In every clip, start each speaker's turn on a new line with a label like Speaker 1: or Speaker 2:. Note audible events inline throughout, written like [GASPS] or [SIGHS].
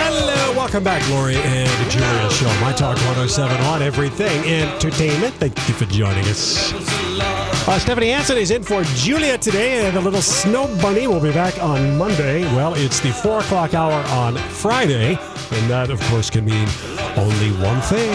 Speaker 1: Hello, welcome back, Lori and Julia Show, My Talk 107 on everything entertainment. Thank you for joining us. Uh, Stephanie Hansen is in for Julia today, and the little snow bunny will be back on Monday. Well, it's the four o'clock hour on Friday, and that, of course, can mean only one thing.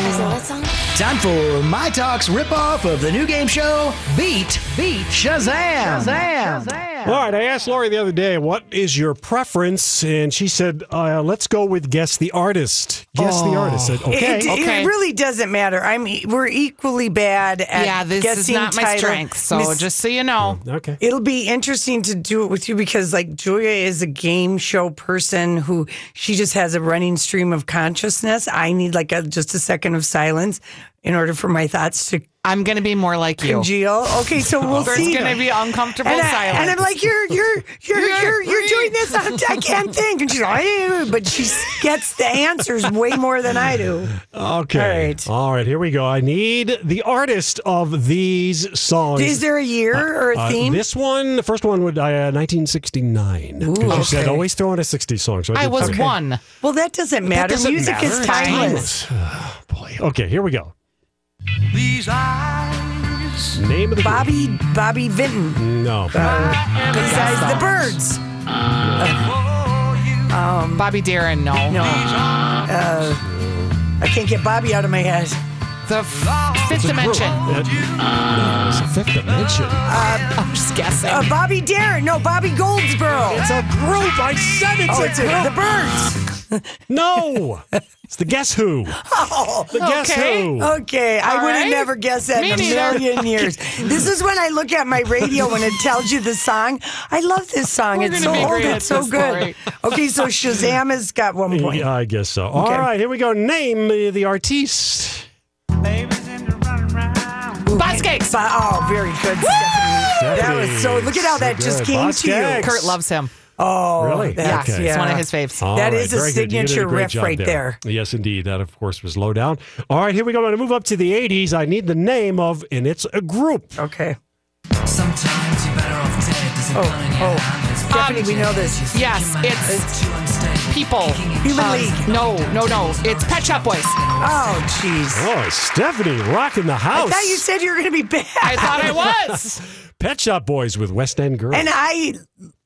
Speaker 2: Time for My Talk's ripoff of the new game show, Beat Beat Shazam. Shazam. Shazam.
Speaker 1: All right, I asked Lori the other day, what is your preference? And she said, uh, let's go with guess the artist. Guess the artist. I said, okay.
Speaker 3: Oh. It, it
Speaker 4: okay.
Speaker 3: really doesn't matter. I'm e- we're equally bad at
Speaker 4: yeah, this
Speaker 3: guessing
Speaker 4: is not my
Speaker 3: title.
Speaker 4: strength. So
Speaker 3: Miss-
Speaker 4: just so you know,
Speaker 1: Okay.
Speaker 3: It'll be interesting to do it with you because, like, Julia is a game show person who she just has a running stream of consciousness. I need like a, just a second of silence in order for my thoughts to
Speaker 4: I'm going to be more like you.
Speaker 3: congeal. Okay, so we'll
Speaker 4: [LAUGHS] There's
Speaker 3: see.
Speaker 4: going to be uncomfortable
Speaker 3: and, I,
Speaker 4: silence.
Speaker 3: and I'm like, you're you're you're
Speaker 4: You're
Speaker 3: you're, you're,
Speaker 4: free.
Speaker 3: doing this. I'm, I can't think. And she's like, "Eh," but she gets the answers way more than I do.
Speaker 1: Okay.
Speaker 3: All right.
Speaker 1: All right, here we go. I need the artist of these songs.
Speaker 3: Is there a year or a
Speaker 1: Uh,
Speaker 3: theme?
Speaker 1: this one, the first one would uh, 1969. 'Cause you said
Speaker 3: okay.
Speaker 1: always throw in a 60 song. So I,
Speaker 4: I
Speaker 1: did-
Speaker 4: was
Speaker 1: okay.
Speaker 4: one.
Speaker 3: well, that doesn't matter.
Speaker 1: doesn't
Speaker 3: Music
Speaker 1: matter.
Speaker 3: is
Speaker 1: It's
Speaker 3: timeless.
Speaker 1: Oh, [SIGHS] boy. Okay, here we go.
Speaker 5: These eyes.
Speaker 1: Name of the
Speaker 3: Bobby Bobby Vinton.
Speaker 1: group. No.
Speaker 3: Besides the birds.
Speaker 4: Bobby Darin, no.
Speaker 3: No. Uh, I can't get Bobby out of my head.
Speaker 4: The f- fifth dimension.
Speaker 1: That- Uh, no, it's the fifth dimension.
Speaker 4: I'm just guessing.
Speaker 3: Uh, Bobby Darren. No, Bobby Goldsboro.
Speaker 1: it's a group. I said it's
Speaker 3: oh,
Speaker 1: a
Speaker 3: it's
Speaker 1: group.
Speaker 3: the birds.
Speaker 1: No. It's the Guess Who. the Guess
Speaker 4: okay.
Speaker 1: Who.
Speaker 3: Okay, Oh, I
Speaker 4: All
Speaker 3: would have
Speaker 4: right.
Speaker 3: never guessed that
Speaker 4: Me
Speaker 3: in a
Speaker 4: neither.
Speaker 3: million years. This is when I look at my radio when it tells you the song. I love this song.
Speaker 4: We're
Speaker 3: it's so
Speaker 4: gonna be
Speaker 3: old.
Speaker 4: great at
Speaker 3: It's so
Speaker 4: this
Speaker 3: good.
Speaker 4: point.
Speaker 3: Okay, so Shazam has got one point.
Speaker 1: Yeah, I guess so. All
Speaker 3: Okay.
Speaker 1: right, here we go. Name uh, the artiste.
Speaker 5: Babies in the running round.
Speaker 4: Buzzcakes.
Speaker 3: So- oh, very good. Stephanie. That was so. Look at how
Speaker 1: So
Speaker 3: that just
Speaker 1: good.
Speaker 3: came
Speaker 1: Boss
Speaker 3: to you.
Speaker 1: Gags.
Speaker 4: Kurt loves him.
Speaker 3: Oh,
Speaker 1: Really?
Speaker 3: That's,
Speaker 1: Okay.
Speaker 3: yeah.
Speaker 4: It's one of his faves.
Speaker 1: All
Speaker 3: That is a
Speaker 1: very good. You did
Speaker 3: signature
Speaker 1: great
Speaker 3: riff
Speaker 1: job
Speaker 3: right
Speaker 1: Yes, indeed. That, of course, was low down. All right, here we go. I'm going to move up to the 80s. I need the name of, and it's a group.
Speaker 3: Okay.
Speaker 6: Sometimes you're better off dead as a
Speaker 3: Oh,
Speaker 6: gun in your
Speaker 3: oh.
Speaker 6: hand. It's
Speaker 3: Stephanie, we know this.
Speaker 4: Yes, it's
Speaker 6: too unstable.
Speaker 4: people. Uh,
Speaker 3: Human League.
Speaker 4: No, no, no. It's Pet Shop Boys.
Speaker 3: Oh, jeez.
Speaker 1: Oh, Stephanie rocking the house.
Speaker 3: I thought you said you were going to be bad.
Speaker 4: I thought I was.
Speaker 1: Pet Shop Boys with West End Girl.
Speaker 3: [LAUGHS] And I,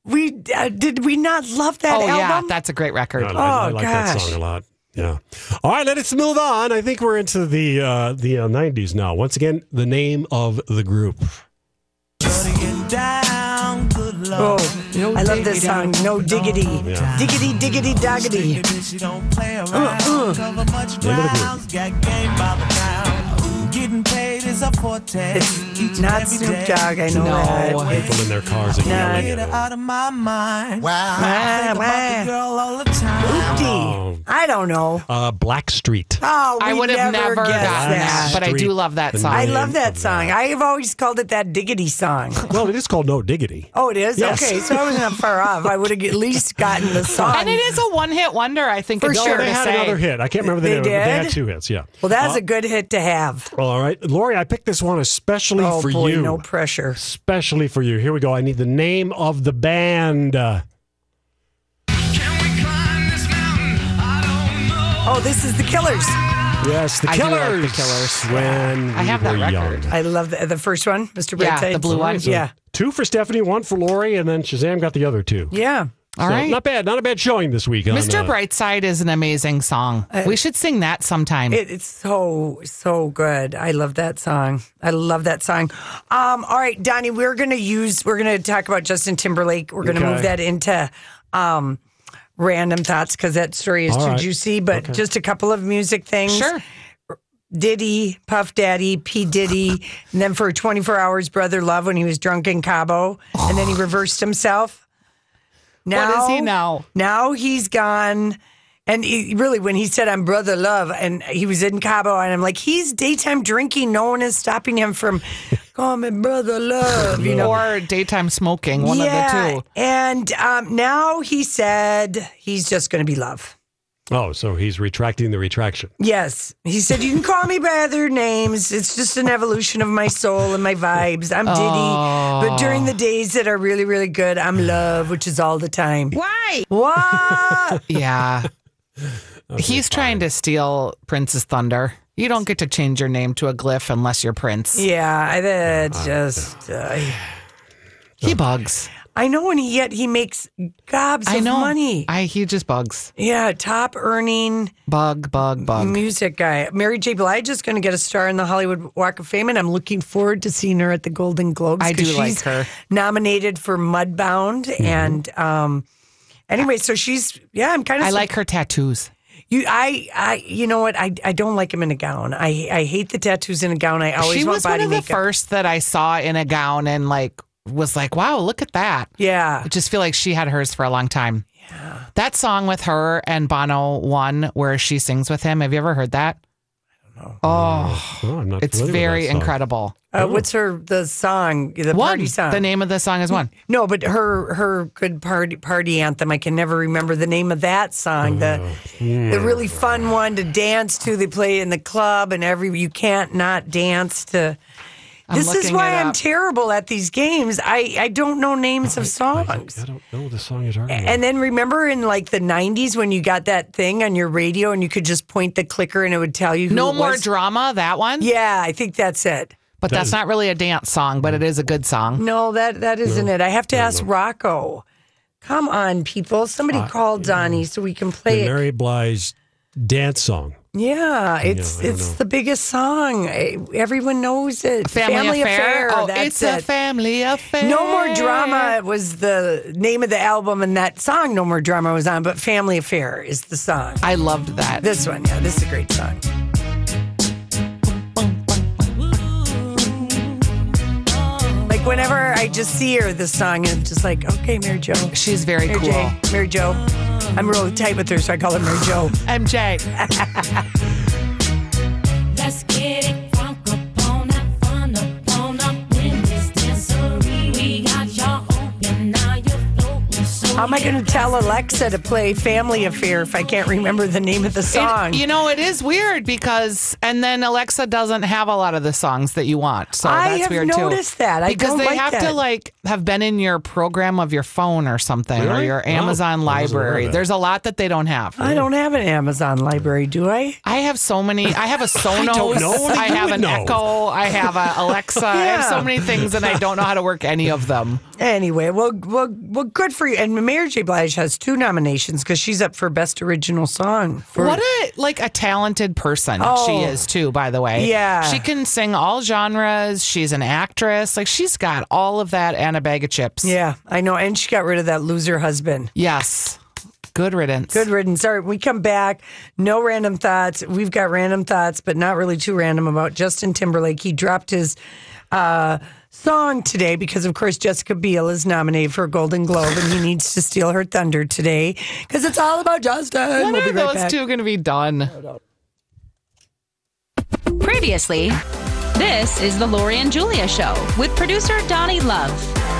Speaker 3: we uh, did we not love that
Speaker 4: oh,
Speaker 3: album?
Speaker 4: yeah. That's a great record.
Speaker 1: I, I
Speaker 3: Oh,
Speaker 1: like that
Speaker 3: gosh.
Speaker 1: song a lot. Yeah. All right, let's move on. I think we're into the uh, the uh, 90s now. Once again, the name of the group.
Speaker 5: Shutting down the love.
Speaker 3: oh, I love this song. No diggity,
Speaker 1: Yeah.
Speaker 3: diggity, diggity, doggity.
Speaker 5: Bitch, you don't play around. Cover much ground. Got game by the pound. Getting paid is a forte.
Speaker 3: It's not Snoop Dogg. I know
Speaker 4: No.
Speaker 3: that.
Speaker 1: People in their cars are yelling
Speaker 5: Get her
Speaker 1: at it.
Speaker 5: out of my mind.
Speaker 3: Ah,
Speaker 5: About the
Speaker 3: wah.
Speaker 5: girl all the time.
Speaker 3: Oopty. I don't know.
Speaker 1: Uh, Black Street.
Speaker 3: Oh,
Speaker 4: I
Speaker 3: we
Speaker 4: would have never,
Speaker 3: guessed
Speaker 4: gotten that,
Speaker 3: that.
Speaker 4: but I do
Speaker 1: Street.
Speaker 4: love that
Speaker 1: The
Speaker 4: song.
Speaker 3: I
Speaker 1: name
Speaker 3: love that
Speaker 1: of
Speaker 3: song. I have always called it that diggity
Speaker 4: [LAUGHS]
Speaker 3: song.
Speaker 1: Well, it is called No Diggity.
Speaker 3: Oh, it is?
Speaker 1: Yes.
Speaker 3: Okay, so I wasn't far off. I would have at least gotten the song.
Speaker 4: [LAUGHS] And it is a one-hit wonder. I think
Speaker 3: For
Speaker 4: it's
Speaker 1: no,
Speaker 4: fair
Speaker 3: sure.
Speaker 1: they
Speaker 4: to
Speaker 1: had
Speaker 4: say.
Speaker 1: another hit. I can't remember the name.
Speaker 3: They
Speaker 1: of it, but They had
Speaker 3: did?
Speaker 1: two hits. Yeah.
Speaker 3: Well, that's a good hit to have.
Speaker 1: All right, Lori, I picked this one especially
Speaker 3: Oh,
Speaker 1: for
Speaker 3: boy,
Speaker 1: you.
Speaker 3: no pressure.
Speaker 1: especially for you. Here we go. I need the name of the band. Uh,
Speaker 5: Can we climb this mountain? I don't know.
Speaker 3: Oh, this is the Killers.
Speaker 1: yes, the
Speaker 4: I do
Speaker 1: Killers.
Speaker 4: like The Killers.
Speaker 1: When
Speaker 4: I
Speaker 1: we
Speaker 4: have
Speaker 1: were
Speaker 4: that record.
Speaker 1: young.
Speaker 3: I love the, the first one, Mr.
Speaker 4: Yeah,
Speaker 3: Brightside.
Speaker 4: the blue one.
Speaker 3: Yeah.
Speaker 1: Two for Stephanie, one for Lori, and then Shazam got the other two.
Speaker 3: Yeah.
Speaker 1: All right, Not bad. Not a bad showing this week. on,
Speaker 4: Mr.
Speaker 1: uh,
Speaker 4: Brightside is an amazing song. we should sing that sometime.
Speaker 3: It, it's so so good. I love that song. I love that song. Um, all right, Donnie, we're gonna use. We're gonna talk about Justin Timberlake. We're gonna
Speaker 1: Okay.
Speaker 3: move that into um, random thoughts because that story is
Speaker 1: All
Speaker 3: too
Speaker 1: right.
Speaker 3: juicy. But just a couple of music things.
Speaker 4: sure.
Speaker 3: Diddy, Puff Daddy, P Diddy, and then for 24 hours, Brother Love when he was drunk in Cabo, and then he reversed himself. Now,
Speaker 4: Oh. What is he now?
Speaker 3: Now he's gone. And he, really, when he said, I'm Brother Love, and he was in Cabo, and I'm like, he's daytime drinking. No one is stopping him from calling Brother Love, you know?
Speaker 4: Or daytime smoking, one
Speaker 3: yeah.
Speaker 4: of the two.
Speaker 3: And um, now he said he's just going to be love.
Speaker 1: Oh, so he's retracting the retraction.
Speaker 3: Yes. He said, You can call me by other names. It's just an evolution of my soul and my vibes. I'm Diddy. But during the days that are really, really good, I'm love, which is all the time. Why?
Speaker 4: [LAUGHS]
Speaker 3: What?
Speaker 1: [LAUGHS]
Speaker 4: Yeah. He's trying to steal Prince's thunder. You don't get to change your name to a glyph unless you're Prince.
Speaker 3: yeah. I, that just. Uh,
Speaker 4: He bugs.
Speaker 3: I know, and yet he makes gobs
Speaker 4: I
Speaker 3: of
Speaker 4: know.
Speaker 3: money.
Speaker 4: I he just bugs.
Speaker 3: yeah. Top earning
Speaker 4: Bug, bug, bug.
Speaker 3: music guy. Mary J. Blige is going to get a star in the Hollywood Walk of Fame, and I'm looking forward to seeing her at the Golden Globes.
Speaker 4: I
Speaker 3: 'cause
Speaker 4: do like
Speaker 3: she's
Speaker 4: her. Mm-hmm.
Speaker 3: Nominated for Mudbound, and um, anyway, so she's yeah. I'm kind of
Speaker 4: I like her tattoos.
Speaker 3: you. I I you know what? I I don't like him in a gown. I I hate the tattoos in a gown. I always
Speaker 4: she
Speaker 3: want
Speaker 4: was one
Speaker 3: body
Speaker 4: of the
Speaker 3: makeup.
Speaker 4: first that I saw in a gown and like was like, wow, look at that.
Speaker 3: Yeah,
Speaker 4: I just feel like she had hers for a long time. Yeah. That song with her and Bono one where she sings with him. Have you ever heard that? Oh,
Speaker 1: Oh, I'm not
Speaker 4: it's
Speaker 1: familiar with
Speaker 4: very
Speaker 1: that song.
Speaker 4: incredible.
Speaker 3: uh, what's her the song? The
Speaker 4: One.
Speaker 3: party song.
Speaker 4: The name of the song is one.
Speaker 3: No, but her her good party party anthem. I can never remember the name of that song. The
Speaker 4: Oh.
Speaker 1: Hmm.
Speaker 3: the really fun one to dance to. They play in the club, and every you can't not dance to.
Speaker 4: I'm
Speaker 3: this is
Speaker 4: looking
Speaker 3: why
Speaker 4: it
Speaker 3: I'm
Speaker 4: up.
Speaker 3: terrible at these games. I I don't know names of
Speaker 1: I
Speaker 3: songs.
Speaker 1: don't know the song is already.
Speaker 3: And then remember in like the 90s when you got that thing on your radio and you could just point the clicker and it would tell you who
Speaker 4: No
Speaker 3: it
Speaker 4: more
Speaker 3: was?
Speaker 4: drama, that one.
Speaker 3: Yeah, I think that's it.
Speaker 4: But that's not really a dance song, but it is a good song.
Speaker 3: No, that that isn't it. I have to ask Rocco. Come on, people. Somebody call Donnie so we can
Speaker 1: the
Speaker 3: play it.
Speaker 1: Mary Blige dance song.
Speaker 3: Yeah, it's
Speaker 1: I don't
Speaker 3: it's
Speaker 1: know.
Speaker 3: the biggest song. Eh, Everyone knows it.
Speaker 4: Family, affair. oh,
Speaker 3: that's
Speaker 4: it's
Speaker 3: it.
Speaker 4: a family affair.
Speaker 3: no more drama was the name of the album, and that song "No More Drama" was on. But "Family Affair" is the song.
Speaker 4: I loved that.
Speaker 3: This one, yeah, this is a great song. Like whenever I just see her, this song, and I'm just like, okay, Mary Jo,
Speaker 4: She's very
Speaker 3: Mary
Speaker 4: cool.
Speaker 3: J, Mary Jo. I'm real tight with her, so I call her Mary Jo.
Speaker 4: MJ.
Speaker 7: Let's get it crunk upon up, fun upon up in this dancery. We got y'all open, now you're floating. So
Speaker 3: How am I
Speaker 7: you
Speaker 3: going to tell Alexa to play "Family Affair" if I can't remember the name of the song?
Speaker 4: It- you know, it is weird because, and then Alexa doesn't have a lot of the songs that you want. So
Speaker 3: I
Speaker 4: that's
Speaker 3: have
Speaker 4: weird too.
Speaker 3: noticed that. I
Speaker 4: because
Speaker 3: don't
Speaker 4: they
Speaker 3: like
Speaker 4: have to
Speaker 3: that.
Speaker 4: like have been in your program of your phone or something or
Speaker 1: Really?
Speaker 4: your
Speaker 1: Wow.
Speaker 4: Amazon
Speaker 1: I wasn't aware of
Speaker 4: library.
Speaker 1: that.
Speaker 4: There's a lot that they don't have.
Speaker 3: I don't have an Amazon library, do I?
Speaker 4: I have so many.
Speaker 3: [LAUGHS]
Speaker 4: I have a Sonos. I,
Speaker 1: know. Only you
Speaker 4: have
Speaker 1: would
Speaker 4: an
Speaker 1: know.
Speaker 4: Echo. I have a Alexa. I have
Speaker 3: Yeah.
Speaker 4: so many things, and I don't know how to work any of them.
Speaker 3: Anyway, well, well, well, good for you. And Mary J. Blige has two nominations because she's up for Best Original Song. For,
Speaker 4: What a like a talented person she
Speaker 3: Oh.
Speaker 4: is too. By the way,
Speaker 3: Yeah.
Speaker 4: she can sing all genres. She's an actress. Like she's got all of that and a bag of chips.
Speaker 3: Yeah, I know. And she got rid of that loser husband.
Speaker 4: Yes. Good riddance.
Speaker 3: Good riddance. All right, we come back. No random thoughts. We've got random thoughts, but not really too random about Justin Timberlake. He dropped his uh, song today because, of course, Jessica Biel is nominated for a Golden Globe, and he needs to steal her thunder today because it's all about Justin.
Speaker 4: When
Speaker 3: we'll
Speaker 4: are
Speaker 3: be right
Speaker 4: those
Speaker 3: back.
Speaker 4: two going to be done?
Speaker 8: Previously, this is the Lori and Julia Show with producer Donnie Love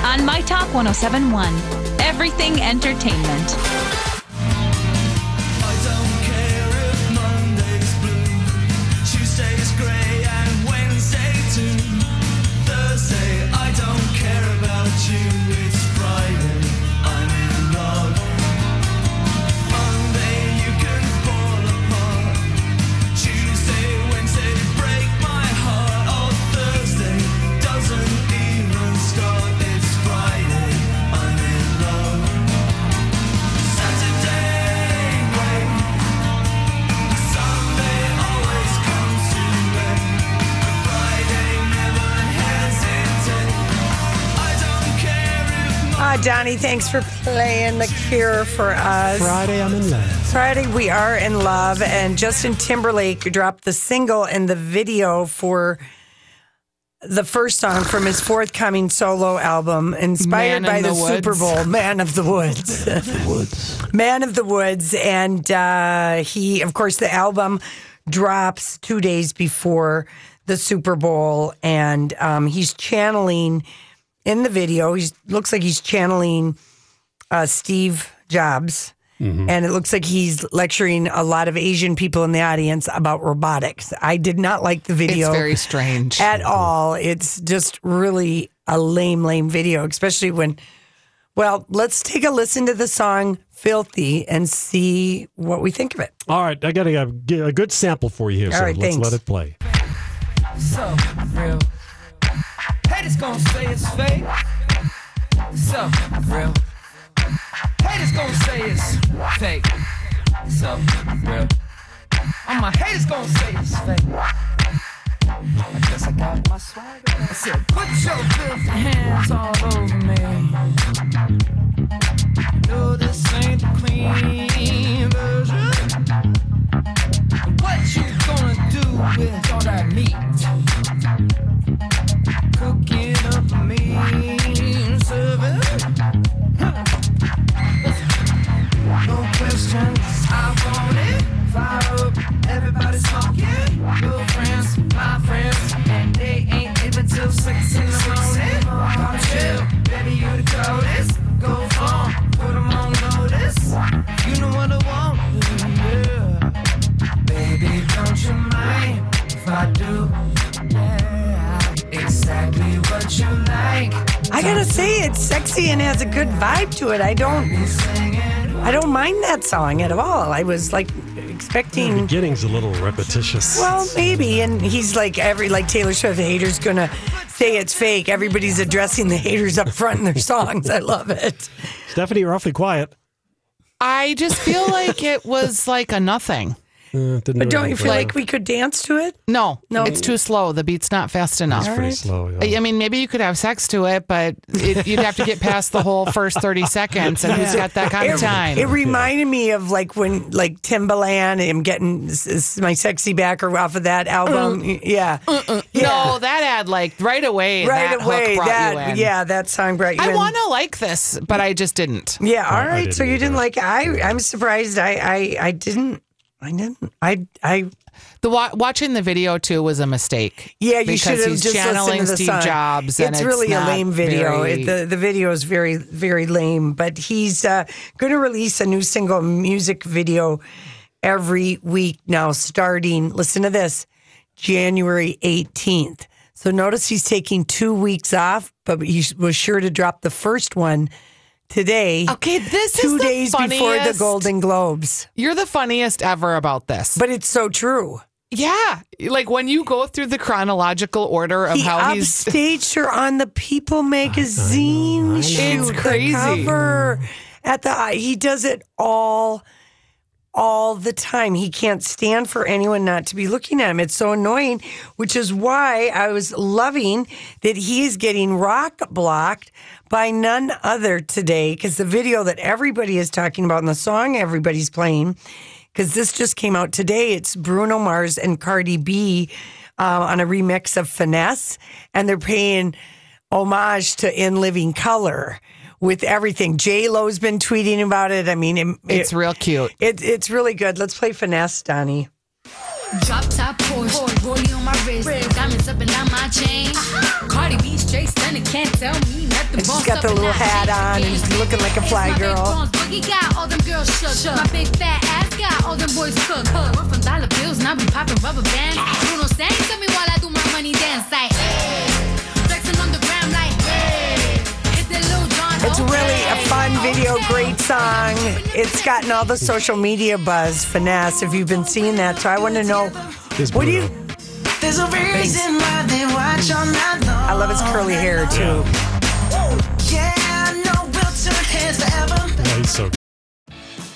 Speaker 8: on My Talk 1071. Everything Entertainment.
Speaker 5: I don't care if Monday's blue, Tuesday's grey and Wednesday too. Thursday, I don't care about you. It's Friday, I'm in love. Monday, you can fall apart. Tuesday, Wednesday, break my heart. Oh, Thursday doesn't even start. It's
Speaker 3: Ah, Donnie, thanks for playing The Cure for us.
Speaker 1: Friday, I'm in love.
Speaker 3: Friday, we are in love, and Justin Timberlake dropped the single and the video for the first song from his forthcoming solo album, inspired
Speaker 4: Man
Speaker 3: by
Speaker 4: in
Speaker 3: the,
Speaker 4: the
Speaker 3: Super
Speaker 4: Woods.
Speaker 3: Bowl, "Man of [LAUGHS] the Woods." Man of the Woods, and uh, he, of course, the album drops two days before the Super Bowl, and um, he's channeling in the video. He looks like he's channeling uh, Steve Jobs, and it looks like he's lecturing a lot of Asian people in the audience about robotics. I did not like the
Speaker 4: It's
Speaker 3: video
Speaker 4: very strange.
Speaker 3: at all. It's just really a lame, lame video, especially when. Well, let's take a listen to the song "Filthy" and see what we think of it.
Speaker 1: All right, I got a, a good sample for you here.
Speaker 3: All
Speaker 1: so
Speaker 3: right,
Speaker 1: let's
Speaker 3: thanks.
Speaker 1: let it play.
Speaker 5: So real. Haters gonna say it's fake. So real. Haters gonna say it's fake. So real. All my haters gonna say it's fake. I guess I got my swag. I said, put your filthy hands all over me. No, this ain't the clean version. What you gonna do with all that meat? Cooking up a mean serving. No question, I want it. Fire up, everybody's talking. Your friends, my friends, and they ain't even till six in the morning. Gotta chill, baby, you the coldest. Go on, put 'em on notice. You know what I want, yeah. Baby, don't you mind if I do? Yeah, exactly what you like.
Speaker 3: I gotta say, it's sexy and has a good vibe to it. I don't, I don't mind that song at all. I was like
Speaker 1: The
Speaker 3: expecting,
Speaker 1: beginning's a little repetitious.
Speaker 3: well, maybe, and he's like every like Taylor Swift the haters gonna say it's fake. Everybody's addressing the haters up front in their songs. I love it.
Speaker 1: Stephanie, you're awfully quiet.
Speaker 4: I just feel like it was like a nothing.
Speaker 1: Uh, didn't do
Speaker 3: But don't you
Speaker 1: anything.
Speaker 3: feel like we could dance to it?
Speaker 4: No,
Speaker 3: No.
Speaker 4: no, it's too slow. The beat's not fast enough.
Speaker 1: It's pretty slow. yeah.
Speaker 4: I I mean, maybe you could have sex to it, but it, you'd have to get past the whole first 30 seconds, and who's got that kind of time?
Speaker 3: It reminded me of like when like Timbaland and getting s- s- my sexy backer off of that album.
Speaker 4: Mm.
Speaker 3: yeah,
Speaker 4: No, that ad, like right away,
Speaker 3: right
Speaker 4: that
Speaker 3: away.
Speaker 4: hook brought you
Speaker 3: That
Speaker 4: in.
Speaker 3: yeah, that song brought you
Speaker 4: I
Speaker 3: in.
Speaker 4: want to like this, but I just didn't.
Speaker 3: yeah, all right.
Speaker 1: didn't
Speaker 3: so you didn't
Speaker 1: either.
Speaker 3: like it. I? I'm surprised. I I I didn't. I didn't. I I
Speaker 4: The wa- watching the video too was a mistake.
Speaker 3: yeah. You
Speaker 4: Because
Speaker 3: should have
Speaker 4: he's
Speaker 3: just listened
Speaker 4: channeling
Speaker 3: to the
Speaker 4: Steve
Speaker 3: song.
Speaker 4: Jobs.
Speaker 3: It's,
Speaker 4: and
Speaker 3: really a
Speaker 4: not
Speaker 3: lame video.
Speaker 4: very-
Speaker 3: It, the the video is very very lame. But he's uh, going to release a new single music video every week now, starting. Listen to this, January eighteenth. So notice he's taking two weeks off, but he was sure to drop the first one today.
Speaker 4: okay, this
Speaker 3: Two
Speaker 4: is the
Speaker 3: days before the
Speaker 4: funniest-
Speaker 3: Golden Globes.
Speaker 4: You're the funniest ever about this.
Speaker 3: But it's so true.
Speaker 4: yeah, like when you go through the chronological order of
Speaker 3: He
Speaker 4: how he's
Speaker 3: upstaged her on the People magazine shoot.
Speaker 4: It's crazy.
Speaker 3: The cover at the he does it all all the time. He can't stand for anyone not to be looking at him. It's so annoying, which is why I was loving that he is getting rock blocked by none other today because the video that everybody is talking about and the song everybody's playing because this just came out today. It's Bruno Mars and Cardi B uh, on a remix of Finesse, and they're paying homage to In Living Color with everything. J Lo's been tweeting about it. I mean, it-
Speaker 4: it's real cute.
Speaker 3: it, it's really good. Let's play Finesse, Donnie.
Speaker 9: Drop top Porsche, rollie on my wrist, diamonds up and down my chain. Cardi B straight stunning, can't tell me nothing.
Speaker 3: Uh-huh. And she's
Speaker 9: Bossed
Speaker 3: got
Speaker 9: up
Speaker 3: the little
Speaker 9: I
Speaker 3: hat
Speaker 9: change
Speaker 3: on, and
Speaker 9: again.
Speaker 3: she's looking like a
Speaker 9: It's
Speaker 3: fly
Speaker 9: my big
Speaker 3: girl.
Speaker 9: bones, Boogie got all them girls shook. My big fat ass got all them boys cook. cook. We're from dollar bills, now we popping rubber bands. Bruno sang to me while I do my money dance like. Hey. Flexing on the gram like. Hey. Hit that Lil Jon,
Speaker 3: It's really a
Speaker 9: okay,
Speaker 3: fun video,
Speaker 9: okay.
Speaker 3: great song. It's gotten all the social media buzz, Finesse, if you've been seeing that. So I want to know,
Speaker 1: It's
Speaker 3: what do you,
Speaker 1: brutal.
Speaker 5: There's a reason why they watch all night long.
Speaker 3: I love his curly hair too.
Speaker 5: Yeah, I know we'll turn heads forever.
Speaker 1: Oh, he's so [LAUGHS]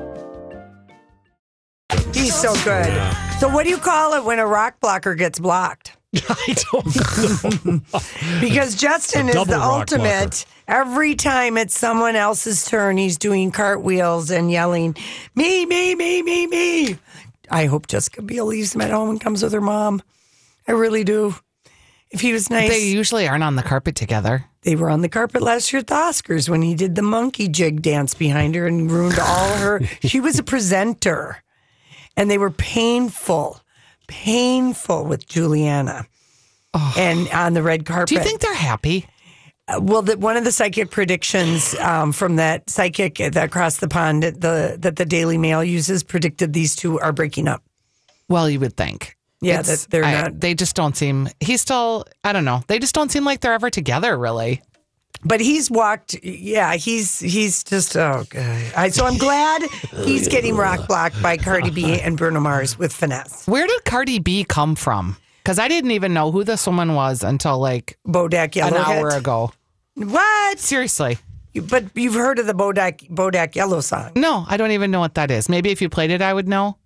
Speaker 3: He's so good. So what do you call it when a rock blocker gets blocked?
Speaker 1: I don't know.
Speaker 3: because
Speaker 1: [LAUGHS]
Speaker 3: Justin
Speaker 1: A
Speaker 3: is
Speaker 1: double
Speaker 3: the
Speaker 1: rock
Speaker 3: ultimate. Every time it's someone else's turn, he's doing cartwheels and yelling, "Me, me, me, me, me." I hope Jessica Biel leaves him at home and comes with her mom. I really do. If he was nice,
Speaker 4: They usually aren't on the carpet together.
Speaker 3: They were on the carpet last year at the Oscars when he did the monkey jig dance behind her and ruined
Speaker 1: [LAUGHS]
Speaker 3: all her. she was a presenter, and they were painful, painful with Juliana, and on the red carpet. Do you think
Speaker 4: they're happy?
Speaker 3: Well, the, one of the psychic predictions um, from that psychic that across the pond that the that the Daily Mail uses predicted these two are breaking up.
Speaker 4: Well, you would think.
Speaker 3: Yeah,
Speaker 4: It's-
Speaker 3: that they're
Speaker 4: I-
Speaker 3: not.
Speaker 4: They just don't seem. He's still. I don't know. They just don't seem like they're ever together, really.
Speaker 3: But he's walked. Yeah, he's he's just oh god. I, so I'm glad he's getting rock blocked by Cardi B and Bruno Mars with finesse.
Speaker 4: Where did Cardi B come from? Because I didn't even know who this woman was until like
Speaker 3: Bodak
Speaker 4: an
Speaker 3: Yellowhead?
Speaker 4: hour ago.
Speaker 3: What?
Speaker 4: Seriously.
Speaker 3: But you've heard of the Bodak Bodak Yellow song?
Speaker 4: No, I don't even know what that is. Maybe if you played it, I would know.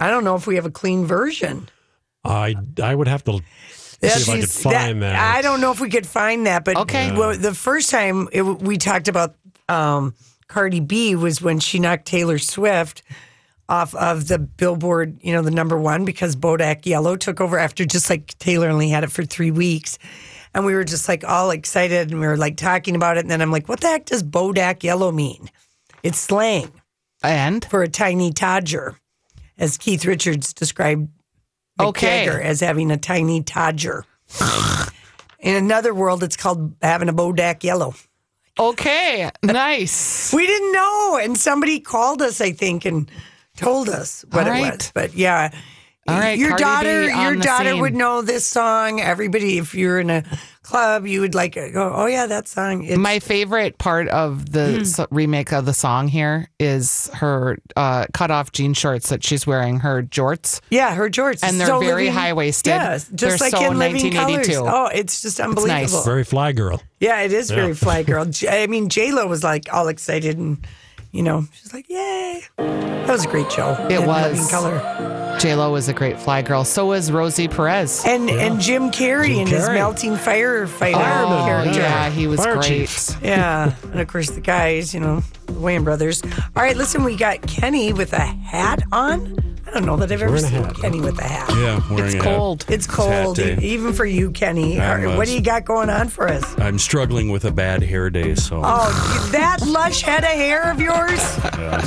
Speaker 3: I don't know if we have a clean version.
Speaker 1: I, I would have to see if I could
Speaker 3: She's- that-
Speaker 1: find that.
Speaker 3: I don't know if we could find that, but
Speaker 4: Okay.
Speaker 3: well, the first time it, we talked about um, Cardi B was when she knocked Taylor Swift off of the Billboard, you know, the number one because Bodak Yellow took over after just like Taylor only had it for three weeks. And we were just like all excited and we were like talking about it. And then I'm like, what the heck does Bodak Yellow mean? It's slang.
Speaker 4: And?
Speaker 3: For a tiny Todger, as Keith Richards described Mick
Speaker 4: Okay.
Speaker 3: Jagger as having a tiny Todger. In another world, it's called having a Bodak Yellow. [LAUGHS]
Speaker 4: Okay, nice.
Speaker 3: we didn't know, and somebody called us, I think, and told us what
Speaker 4: All
Speaker 3: it
Speaker 4: right.
Speaker 3: was. But yeah,
Speaker 4: All right,
Speaker 3: your
Speaker 4: Cardi B
Speaker 3: daughter,
Speaker 4: on
Speaker 3: your
Speaker 4: the
Speaker 3: daughter
Speaker 4: scene.
Speaker 3: would know this song. Everybody, if you're in a club, you would like go, oh yeah, that song. It's,
Speaker 4: My favorite part of the
Speaker 3: Hmm.
Speaker 4: s- remake of the song here is her uh, cut off jean shorts that she's wearing, her jorts.
Speaker 3: yeah, her George,
Speaker 4: And they're very high-waisted.
Speaker 3: Yes,
Speaker 4: They're
Speaker 3: just like
Speaker 4: so
Speaker 3: in Living
Speaker 4: 1982.
Speaker 3: Colors. Oh, it's just unbelievable.
Speaker 1: Very fly girl.
Speaker 3: Yeah, it is
Speaker 1: Yeah.
Speaker 3: very
Speaker 10: [LAUGHS]
Speaker 3: fly girl. J- I mean, J Lo was like all excited and, you know, she's like, "Yay!" That was a great show.
Speaker 4: It
Speaker 3: And
Speaker 4: was.
Speaker 3: Living Color.
Speaker 4: J Lo was a great fly girl. So was Rosie Perez.
Speaker 3: And and Jim Carrey and his
Speaker 4: Carrey.
Speaker 3: melting firefighter
Speaker 4: Oh,
Speaker 3: character.
Speaker 4: yeah, he was Fire great. chief.
Speaker 3: yeah, and of course the guys, you know, the Wayne brothers. All right, listen, we got Kenny with a hat on. I don't know that I've ever
Speaker 10: Wearing a
Speaker 3: seen
Speaker 10: hat.
Speaker 3: Kenny with a hat.
Speaker 10: Yeah, I'm wearing
Speaker 3: It's
Speaker 10: a
Speaker 3: cold.
Speaker 10: Hat.
Speaker 3: It's cold,
Speaker 10: hat
Speaker 3: e-
Speaker 10: day.
Speaker 3: even for you, Kenny.
Speaker 10: I
Speaker 3: All right, What
Speaker 10: must.
Speaker 3: do you got going on for us?
Speaker 10: I'm struggling with a bad hair day, so
Speaker 3: Oh, that lush head of hair of yours?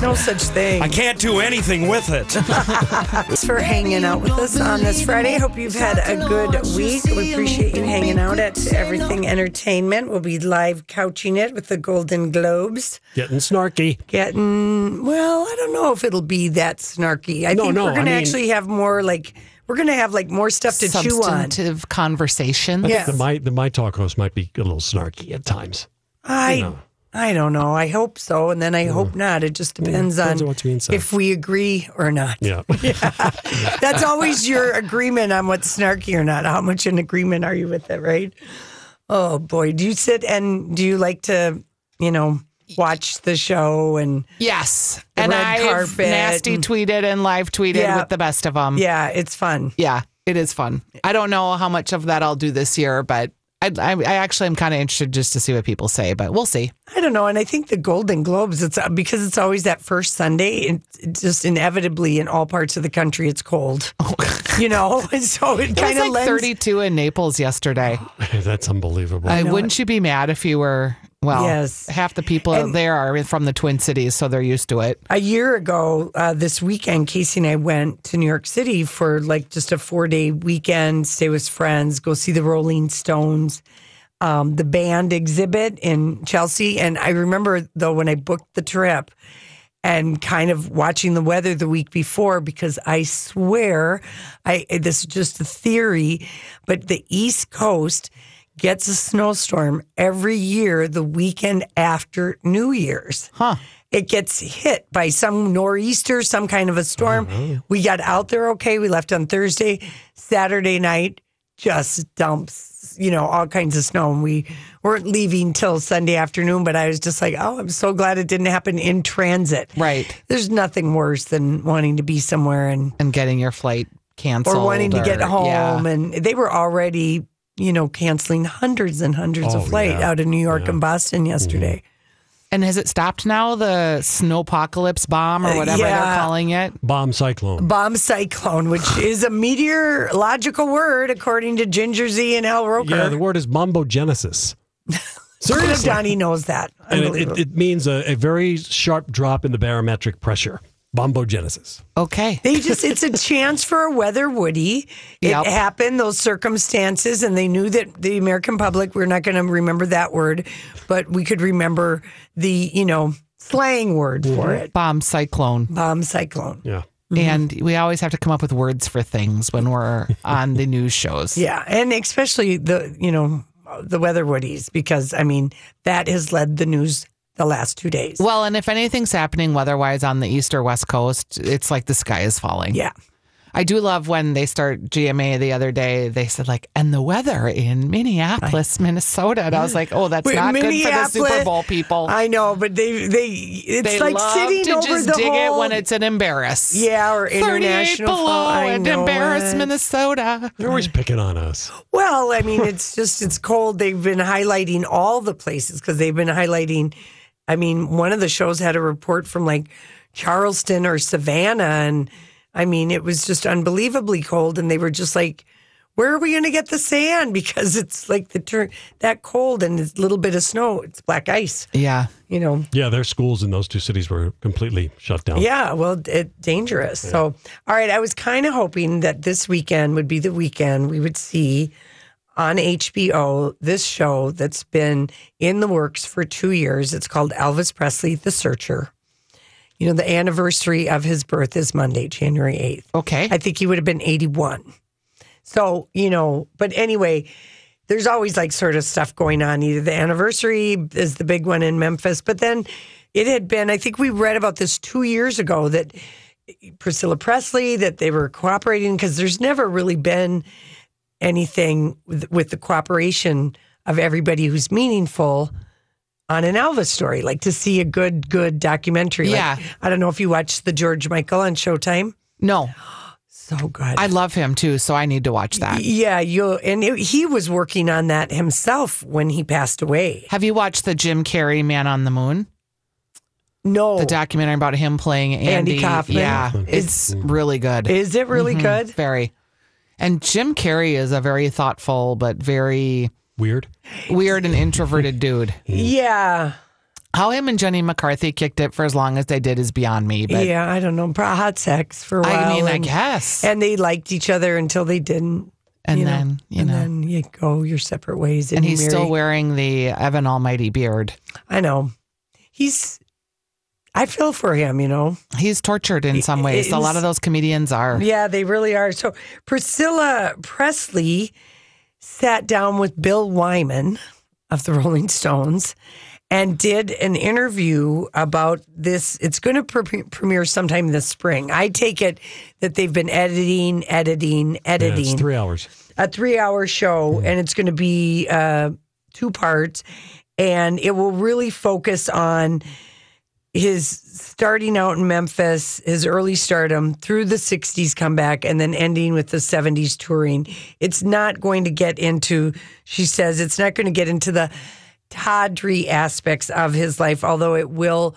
Speaker 3: No such thing.
Speaker 10: I can't do anything with
Speaker 3: [LAUGHS]
Speaker 10: it.
Speaker 3: Thanks for hanging out with us on this Friday. Hope you've had a good week. We appreciate you hanging out at Everything Entertainment. We'll be live couching it with the Golden Globes.
Speaker 1: Getting snarky.
Speaker 3: Getting, well, I don't know if it'll be that snarky. I
Speaker 1: No,
Speaker 3: think
Speaker 1: no,
Speaker 3: we're going to
Speaker 1: I mean-
Speaker 3: actually have more like, we're going to have like more stuff to chew on.
Speaker 4: Substantive conversation.
Speaker 1: I think the my the my talk host might be a little snarky at times.
Speaker 3: I
Speaker 1: You know. Mm-hmm.
Speaker 3: I don't know. I hope so, and then I hope not. It just depends
Speaker 1: depends
Speaker 3: on,
Speaker 1: on what's being said.
Speaker 3: if we agree or not.
Speaker 1: Yeah.
Speaker 3: That's always your agreement on what's snarky or not. How much in agreement are you with it, right? Oh boy, do you sit and do you like to, you know, watch the show and
Speaker 4: Yes.
Speaker 3: The
Speaker 4: and
Speaker 3: red
Speaker 4: I
Speaker 3: carpet
Speaker 4: nasty
Speaker 3: and-
Speaker 4: tweeted and live tweeted
Speaker 3: Yeah.
Speaker 4: with the best of them.
Speaker 3: Yeah, it's fun.
Speaker 4: Yeah, it is fun. I don't know how much of that I'll do this year, but I, I, I actually am kind of interested just to see what people say, but we'll see.
Speaker 3: I don't know. And I think the Golden Globes, it's uh, because it's
Speaker 4: [LAUGHS]
Speaker 3: always that first Sunday, and just inevitably in all parts of the country, it's cold. you know? [LAUGHS] And so it
Speaker 4: Oh, It was
Speaker 3: kind of
Speaker 4: like
Speaker 3: lends.
Speaker 4: 32 in
Speaker 3: [GASPS]
Speaker 4: Naples yesterday.
Speaker 1: [LAUGHS] That's unbelievable.
Speaker 4: Uh, wouldn't you be mad if you were? Well,
Speaker 3: Yes.
Speaker 4: half the people there are from the Twin Cities, so they're used to it.
Speaker 3: A year ago, uh, this weekend, Casey and I went to New York City for like just a four day weekend, stay with friends, go see the Rolling Stones, um, the band exhibit in Chelsea. And I remember though when I booked the trip and kind of watching the weather the week before because I swear, I this is just a theory, but the East Coast gets a snowstorm every year the weekend after New Year's.
Speaker 4: Huh.
Speaker 3: It gets hit by some nor'easter, some kind of a storm.
Speaker 4: Mm-hmm.
Speaker 3: We got out there okay. We left on Thursday. Saturday night just dumps, you know, all kinds of snow. And we weren't leaving till Sunday afternoon, but I was just like, oh, I'm so glad it didn't happen in transit.
Speaker 4: Right.
Speaker 3: There's nothing worse than wanting to be somewhere and
Speaker 4: And getting your flight canceled.
Speaker 3: or wanting to get
Speaker 4: or-
Speaker 3: home
Speaker 4: yeah.
Speaker 3: and they were already you know canceling hundreds and hundreds
Speaker 4: Oh,
Speaker 3: of flights
Speaker 4: yeah. Mm-hmm.
Speaker 3: out of new york and boston yesterday
Speaker 4: And has it stopped now? The snowpocalypse bomb or
Speaker 3: Uh,
Speaker 4: whatever
Speaker 3: yeah.
Speaker 4: they're calling it.
Speaker 1: Bomb cyclone.
Speaker 3: bomb
Speaker 1: [SIGHS]
Speaker 3: cyclone which is a meteorological word according to ginger z and al roker
Speaker 1: Yeah, the word is
Speaker 3: [LAUGHS]
Speaker 1: bombogenesis.
Speaker 3: Bird of
Speaker 1: Seriously.
Speaker 3: donnie knows that
Speaker 1: And it, it, it means a, a very sharp drop in the barometric pressure. Bombogenesis.
Speaker 4: Okay.
Speaker 3: They just, it's a chance for a weather Woody. It
Speaker 1: Yep.
Speaker 3: happened, those circumstances, and they knew that the American public, we're not going to remember that word, but we could remember the, you know, slang word
Speaker 1: Mm-hmm.
Speaker 3: for it
Speaker 4: Bomb cyclone.
Speaker 3: bomb cyclone.
Speaker 1: Yeah.
Speaker 3: Mm-hmm.
Speaker 4: And we always have to come up with words for things
Speaker 3: [LAUGHS]
Speaker 4: when we're on the news shows.
Speaker 3: Yeah. And especially the, you know, the weather Woodies, because I mean, that has led the news the last two days.
Speaker 4: Well, and if anything's happening weather-wise on the east or west coast, it's like the sky is falling.
Speaker 3: Yeah.
Speaker 4: I do love when they start GMA the other day. They said like, and the weather in Minneapolis, Minnesota, and I was like, oh, that's
Speaker 3: Wait,
Speaker 4: not good for the
Speaker 3: Minneapolis-
Speaker 4: Super Bowl people.
Speaker 3: I know, but they they it's
Speaker 4: they
Speaker 3: like
Speaker 4: love
Speaker 3: sitting
Speaker 4: to
Speaker 3: over
Speaker 4: just
Speaker 3: the
Speaker 4: dig
Speaker 3: whole
Speaker 4: it when it's an embarrass.
Speaker 3: Yeah, or
Speaker 4: 38
Speaker 3: international
Speaker 4: below
Speaker 3: fall. I
Speaker 4: and
Speaker 3: know
Speaker 4: embarrass
Speaker 3: it.
Speaker 4: Minnesota.
Speaker 1: They're always picking on us.
Speaker 3: Well, I
Speaker 4: [LAUGHS]
Speaker 3: mean, it's just it's cold. They've been highlighting all the places because they've been highlighting. I mean, one of the shows had a report from like Charleston or Savannah, and I mean, it was just unbelievably cold. And they were just like, "Where are we going to get the sand?" [LAUGHS] Because it's like the turn that cold and a little bit of snow. It's black ice,
Speaker 4: Yeah.
Speaker 3: you know.
Speaker 1: Yeah, their schools in those two cities were completely shut down.
Speaker 3: Yeah, well, it dangerous. So, all right, I was kind of hoping that this weekend would be the weekend we would see on HBO this show that's been in the works for two years. It's called Elvis Presley: The Searcher. You know, the anniversary of his birth is Monday, January eighth.
Speaker 4: Okay,
Speaker 3: I think he would have been eighty-one. So, you know, but anyway, there's always like sort of stuff going on. Either the anniversary is the big one in Memphis, but then it had been, I think we read about this two years ago that Priscilla Presley, that they were cooperating because there's never really been anything with, with the cooperation of everybody who's meaningful on an Elvis story, like to see a good, good documentary. Like,
Speaker 4: Yeah.
Speaker 3: I don't know if you watched the George Michael on Showtime.
Speaker 4: No,
Speaker 3: So good.
Speaker 4: I love him too, so I need to watch that.
Speaker 3: Yeah, you and it, he was working on that himself when he passed away.
Speaker 4: Have you watched the Jim Carrey Man on the Moon?
Speaker 3: No,
Speaker 4: the documentary about him playing Andy,
Speaker 3: Oh. Andy Kaufman.
Speaker 4: Yeah,
Speaker 3: Kaufman.
Speaker 4: it's really good.
Speaker 3: Is it really
Speaker 4: Mhm,
Speaker 3: good?
Speaker 4: Very. And Jim Carrey is a very thoughtful but very
Speaker 1: weird,
Speaker 4: weird
Speaker 3: [LAUGHS]
Speaker 4: and introverted dude.
Speaker 3: Yeah,
Speaker 4: How him and Jenny McCarthy kicked it for as long as they did is beyond me. But
Speaker 3: yeah. I don't know. Pro- Hot sex for a
Speaker 4: I
Speaker 3: while.
Speaker 4: mean, I
Speaker 3: and-
Speaker 4: guess.
Speaker 3: And they liked each other until they didn't.
Speaker 4: And
Speaker 3: you know,
Speaker 4: then, you know.
Speaker 3: and then you go your separate ways. And,
Speaker 4: and
Speaker 3: you
Speaker 4: he's still
Speaker 3: marry-
Speaker 4: wearing the Evan Almighty beard.
Speaker 3: I know. He's. I feel for him. You know.
Speaker 4: He's tortured in some ways. A lot of those comedians are.
Speaker 3: Yeah, they really are. So Priscilla Presley sat down with Bill Wyman of the Rolling Stones and did an interview about this. It's going to pre- premiere sometime this spring. I take it that they've been editing, editing,
Speaker 1: Yeah,
Speaker 3: editing
Speaker 1: it's three hours.
Speaker 3: a three hour show and it's going to be uh, two parts and it will really focus on his starting out in memphis his early stardom through the 60s comeback and then ending with the 70s touring it's not going to get into she says it's not going to get into the tawdry aspects of his life although it will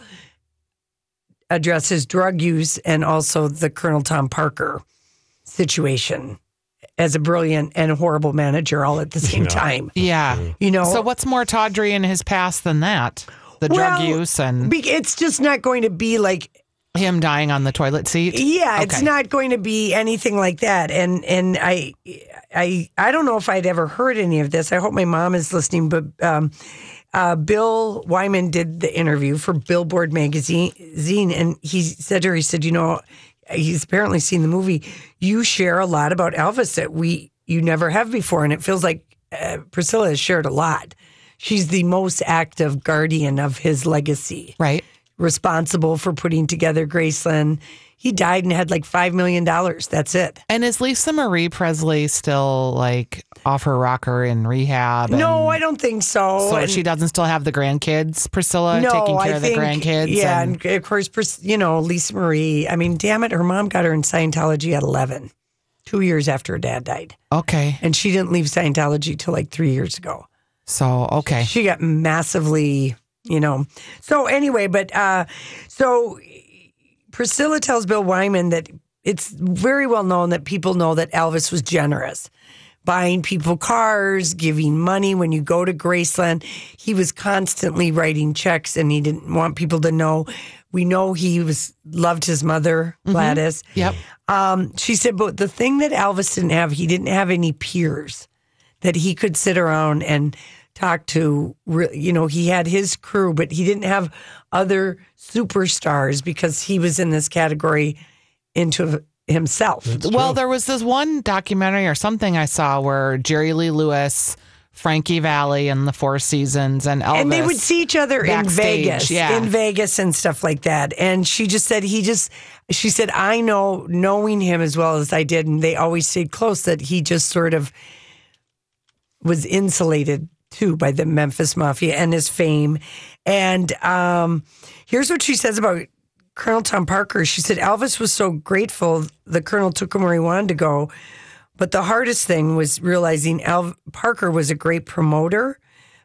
Speaker 3: address his drug use and also the colonel tom parker situation as a brilliant and horrible manager all at the same time.
Speaker 4: Yeah.
Speaker 3: You know-
Speaker 4: So what's more tawdry in his past than that? The drug
Speaker 3: Well,
Speaker 4: use and
Speaker 3: be- it's just not going to be like
Speaker 4: him dying on the toilet seat.
Speaker 3: Yeah, it's
Speaker 4: Okay.
Speaker 3: not going to be anything like that. And and I I I don't know if I'd ever heard any of this. I hope my mom is listening. But um, uh, Bill Wyman did the interview for Billboard magazine, zine, and he said to her, he said, you know, he's apparently seen the movie. You share a lot about Elvis that we you never have before, and it feels like uh, Priscilla has shared a lot. She's the most active guardian of his legacy.
Speaker 4: Right.
Speaker 3: Responsible for putting together Graceland. He died and had like $5 million. That's it.
Speaker 4: And is Lisa Marie Presley still like off her rocker in rehab?
Speaker 3: No,
Speaker 4: and-
Speaker 3: I don't think so.
Speaker 4: Mm. So
Speaker 3: And-
Speaker 4: she doesn't still have the grandkids, Priscilla, taking care of the grandkids.
Speaker 3: Yeah,
Speaker 4: and-
Speaker 3: and, of course, Pris- you know, Lisa Marie. I mean, damn it, her mom got her in Scientology at 11, two years after her dad died.
Speaker 4: Okay.
Speaker 3: And she didn't leave Scientology till like three years ago.
Speaker 4: So, okay.
Speaker 3: She got massively, you know. So, anyway, but uh, so Priscilla tells Bill Wyman that it's very well known that people know that Elvis was generous, buying people cars, giving money when you go to Graceland. He was constantly writing checks and he didn't want people to know. We know he was loved his mother, Gladys.
Speaker 4: Yep.
Speaker 3: Um, she said, but the thing that Elvis didn't have, he didn't have any peers that he could sit around and talk to. Re- You know, he had his crew, but he didn't have other superstars because he was in this category into himself.
Speaker 4: well, there was this one documentary or something I saw where Jerry Lee Lewis, Frankie Valley, and the Four Seasons, and Elvis.
Speaker 3: and they would see each other
Speaker 4: backstage,
Speaker 3: in Vegas,
Speaker 4: Yeah.
Speaker 3: in Vegas and stuff like that. And she just said he just, she said I know knowing him as well as I did, and they always stayed close. That he just sort of was insulated too by the Memphis Mafia and his fame. And um, here's what she says about Colonel Tom Parker. She said Elvis was so grateful the Colonel took him where he wanted to go. But the hardest thing was realizing Al Parker was a great promoter,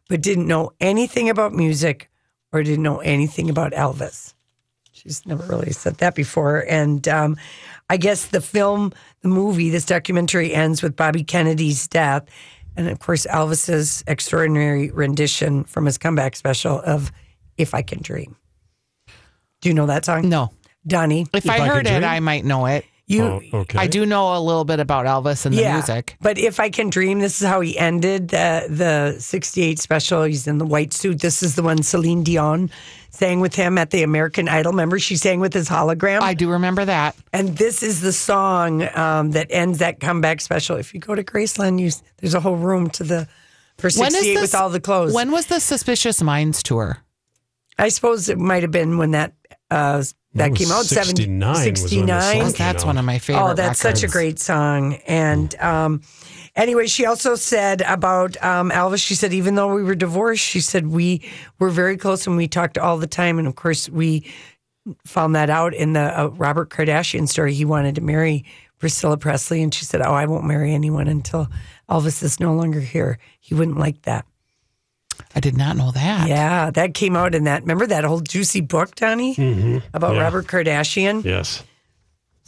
Speaker 3: but didn't know anything about music or didn't know anything about Elvis. She's never really said that before. And um, I guess the film, the movie, this documentary ends with Bobby Kennedy's death. And of course, Elvis's extraordinary rendition from his comeback special of If I Can Dream. Do you know that song?
Speaker 4: No.
Speaker 3: Donnie.
Speaker 4: If I heard it, I might know it.
Speaker 3: You-
Speaker 4: Oh, okay. I do know a little bit about Elvis and the music.
Speaker 3: But if I can dream, this is how he ended the the '68 special. He's in the white suit. This is the one Celine Dion sang with him at the American Idol. Remember, she sang with his hologram. I
Speaker 4: do remember that.
Speaker 3: And this is the song um, that ends that comeback special. If you go to Graceland, you s- there's a whole room to the for
Speaker 4: When is
Speaker 3: '68
Speaker 4: this-
Speaker 3: with all the clothes.
Speaker 4: When was the Suspicious Minds tour?
Speaker 3: I suppose it might have been when that uh, that
Speaker 4: was
Speaker 3: came out.
Speaker 4: 69 was when the song
Speaker 3: 69.
Speaker 4: came That's out. one of my favorite
Speaker 3: Oh, that's such a
Speaker 4: records.
Speaker 3: great song. And um, anyway, she also said about um, Elvis. She said even though we were divorced, she said we were very close and we talked all the time. And of course, we found that out in the uh, Robert Kardashian story. He wanted to marry Priscilla Presley, and she said, "Oh, I won't marry anyone until Elvis is no longer here. He wouldn't like that."
Speaker 4: I did not know that.
Speaker 3: Yeah, that came out in that. Remember that whole juicy book, Donnie, about
Speaker 1: Yeah.
Speaker 3: Robert Kardashian?
Speaker 1: Yes.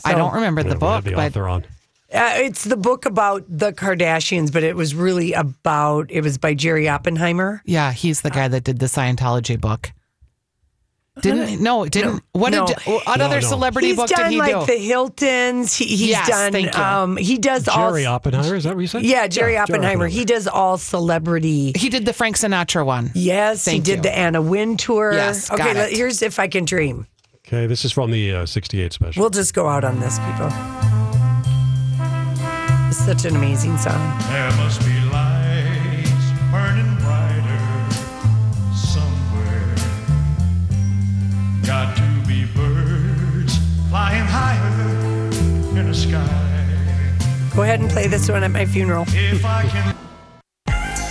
Speaker 4: I don't remember the
Speaker 1: Yeah, we had
Speaker 4: book,
Speaker 1: the
Speaker 4: but
Speaker 1: author on.
Speaker 3: Uh, it's the book about the Kardashians, but it was really about. It was by Jerry Oppenheimer.
Speaker 4: yeah, he's the guy that did the Scientology book. Didn't no? Didn't what?
Speaker 3: No.
Speaker 4: Did, what other celebrity
Speaker 3: He's
Speaker 4: book
Speaker 3: done
Speaker 4: did he
Speaker 3: like
Speaker 4: do?
Speaker 3: the Hiltons. He, he's
Speaker 4: Yes,
Speaker 3: done.
Speaker 4: thank you.
Speaker 3: Um, he does all.
Speaker 1: Jerry Oppenheimer, is that what you said?
Speaker 3: Yeah, Jerry Oppenheimer. He does all celebrity.
Speaker 4: He did the Frank Sinatra one.
Speaker 3: Yes, he
Speaker 4: Thank
Speaker 3: did
Speaker 4: you.
Speaker 3: the Anna Wynn tour.
Speaker 4: Yes,
Speaker 3: okay,
Speaker 4: got
Speaker 3: let-
Speaker 4: it.
Speaker 3: here's if I can dream.
Speaker 1: Okay, this is from the uh, 68 special.
Speaker 3: We'll just go out on this, people. It's such an amazing song.
Speaker 5: There must be lights burning brighter somewhere. Got to be birds flying higher in the sky.
Speaker 3: Go ahead and play this one at my funeral.
Speaker 5: If I can.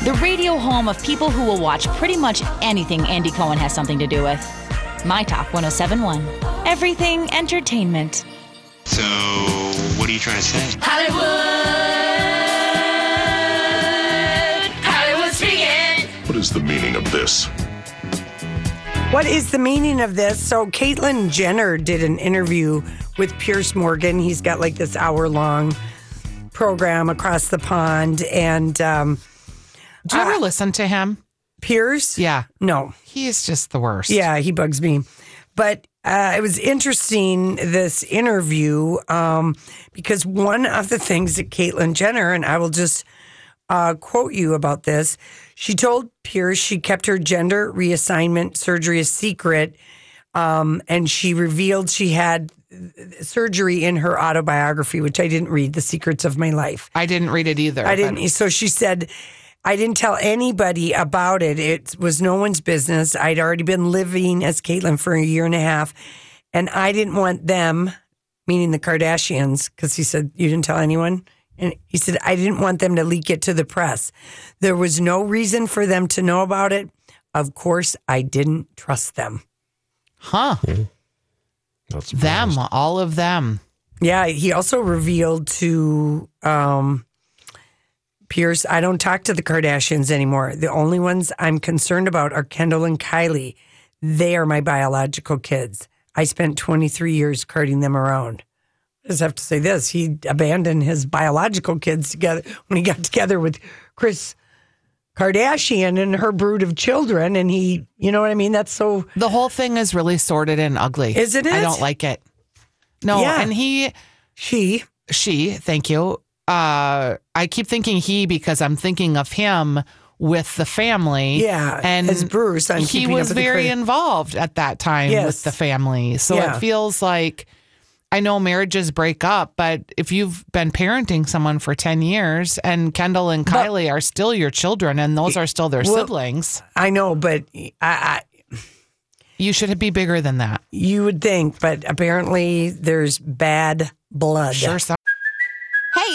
Speaker 8: The radio home of people who will watch pretty much anything Andy Cohen has something to do with. My Talk 1071. Everything entertainment.
Speaker 11: So, what are you trying to say?
Speaker 5: Hollywood! Hollywood's speaking!
Speaker 12: What is the meaning of this?
Speaker 3: What is the meaning of this? So, Caitlyn Jenner did an interview with Pierce Morgan. He's got like this hour long program across the pond. And um,
Speaker 4: do you ever listen to him?
Speaker 3: Pierce?
Speaker 4: Yeah.
Speaker 3: No.
Speaker 4: He's just the worst.
Speaker 3: Yeah, he bugs me. But uh, it was interesting this interview um, because one of the things that Caitlyn Jenner and I will just uh, quote you about this. She told Pierce she kept her gender reassignment surgery a secret, um, and she revealed she had uh, surgery in her autobiography, which I didn't read, The Secrets of My Life.
Speaker 4: I didn't read it either.
Speaker 3: I
Speaker 4: but-
Speaker 3: didn't. So she said, I didn't tell anybody about it. It was no one's business. I'd already been living as Caitlyn for a year and a half, and I didn't want them, meaning the Kardashians, because he said, You didn't tell anyone? And he said, I didn't want them to leak it to the press. There was no reason for them to know about it. Of course, I didn't trust them.
Speaker 4: Huh. them, all of them.
Speaker 3: Yeah, he also revealed to um, Pierce, I don't talk to the Kardashians anymore. The only ones I'm concerned about are Kendall and Kylie. They are my biological kids. I spent 23 years carting them around. I just have to say this he abandoned his biological kids together when he got together with Chris Kardashian and her brood of children. And he, you know what I mean? That's so.
Speaker 4: The whole thing is really sordid and ugly.
Speaker 3: Isn't
Speaker 4: I
Speaker 3: it?
Speaker 4: don't like it. No,
Speaker 3: Yeah.
Speaker 4: and he
Speaker 3: she
Speaker 4: she, thank you. Uh I keep thinking he because I'm thinking of him with the family.
Speaker 3: Yeah,
Speaker 4: And
Speaker 3: as Bruce on
Speaker 4: he
Speaker 3: Keeping Up
Speaker 4: was
Speaker 3: with the
Speaker 4: very
Speaker 3: Kardashians.
Speaker 4: involved at that time
Speaker 3: Yes.
Speaker 4: with the family. So
Speaker 3: Yeah.
Speaker 4: it feels like I know marriages break up, but if you've been parenting someone for 10 years and Kendall and Kylie are still your children and those are still their
Speaker 3: Well,
Speaker 4: siblings,
Speaker 3: I know, but I, I
Speaker 4: you should be bigger than that.
Speaker 3: You would think, but apparently there's bad blood.
Speaker 4: Sure,
Speaker 12: Hey,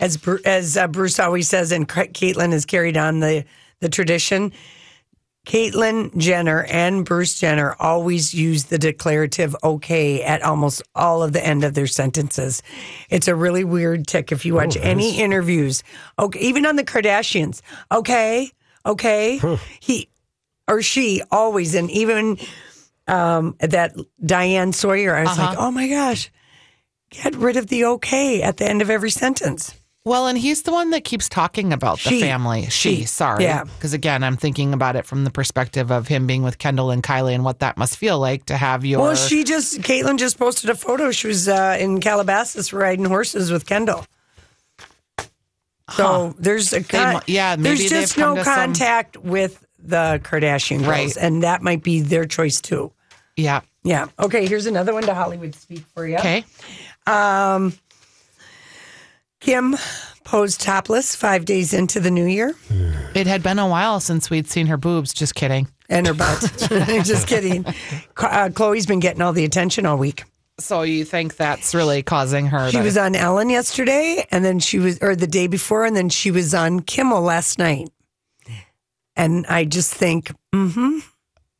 Speaker 3: As Bru- as uh, Bruce always says, and Ca- Caitlyn has carried on the the tradition. Caitlyn Jenner and Bruce Jenner always use the declarative "okay" at almost all of the end of their sentences. It's a really weird tick if you watch
Speaker 5: Oh,
Speaker 3: any
Speaker 5: nice.
Speaker 3: interviews. Okay, even on the Kardashians. Okay, okay, he or she always, and even um, that Diane Sawyer. I was
Speaker 4: Uh-huh.
Speaker 3: like, oh my gosh, get rid of the okay at the end of every sentence.
Speaker 4: Well, and he's the one that keeps talking about
Speaker 3: She.
Speaker 4: the family. She,
Speaker 3: She.
Speaker 4: sorry.
Speaker 3: Yeah.
Speaker 4: Because again, I'm thinking about it from the perspective of him being with Kendall and Kylie and what that must feel like to have your.
Speaker 3: Well, she just Caitlyn just posted a photo. She was uh, in Calabasas riding horses with Kendall. So there's a
Speaker 4: They mu-
Speaker 3: con-
Speaker 4: yeah, maybe
Speaker 3: there's
Speaker 4: they've
Speaker 3: just
Speaker 4: come
Speaker 3: no
Speaker 4: to some-
Speaker 3: contact with the Kardashian girls,
Speaker 4: Right.
Speaker 3: and that might be their choice too.
Speaker 4: Yeah.
Speaker 3: Yeah. Okay. Here's another one to Hollywood speak for you.
Speaker 4: Okay.
Speaker 3: Um, Kim posed topless five days into the new year
Speaker 4: It had been a while since we'd seen her boobs. Just kidding.
Speaker 3: and her butt. [LAUGHS] Just kidding. Uh, Chloe's been getting all the attention all week.
Speaker 4: So you think that's really causing her?
Speaker 3: She
Speaker 4: to-
Speaker 3: was on Ellen yesterday, and then she was, or the day before, and then she was on Kimmel last night. And I just think, mm-hmm.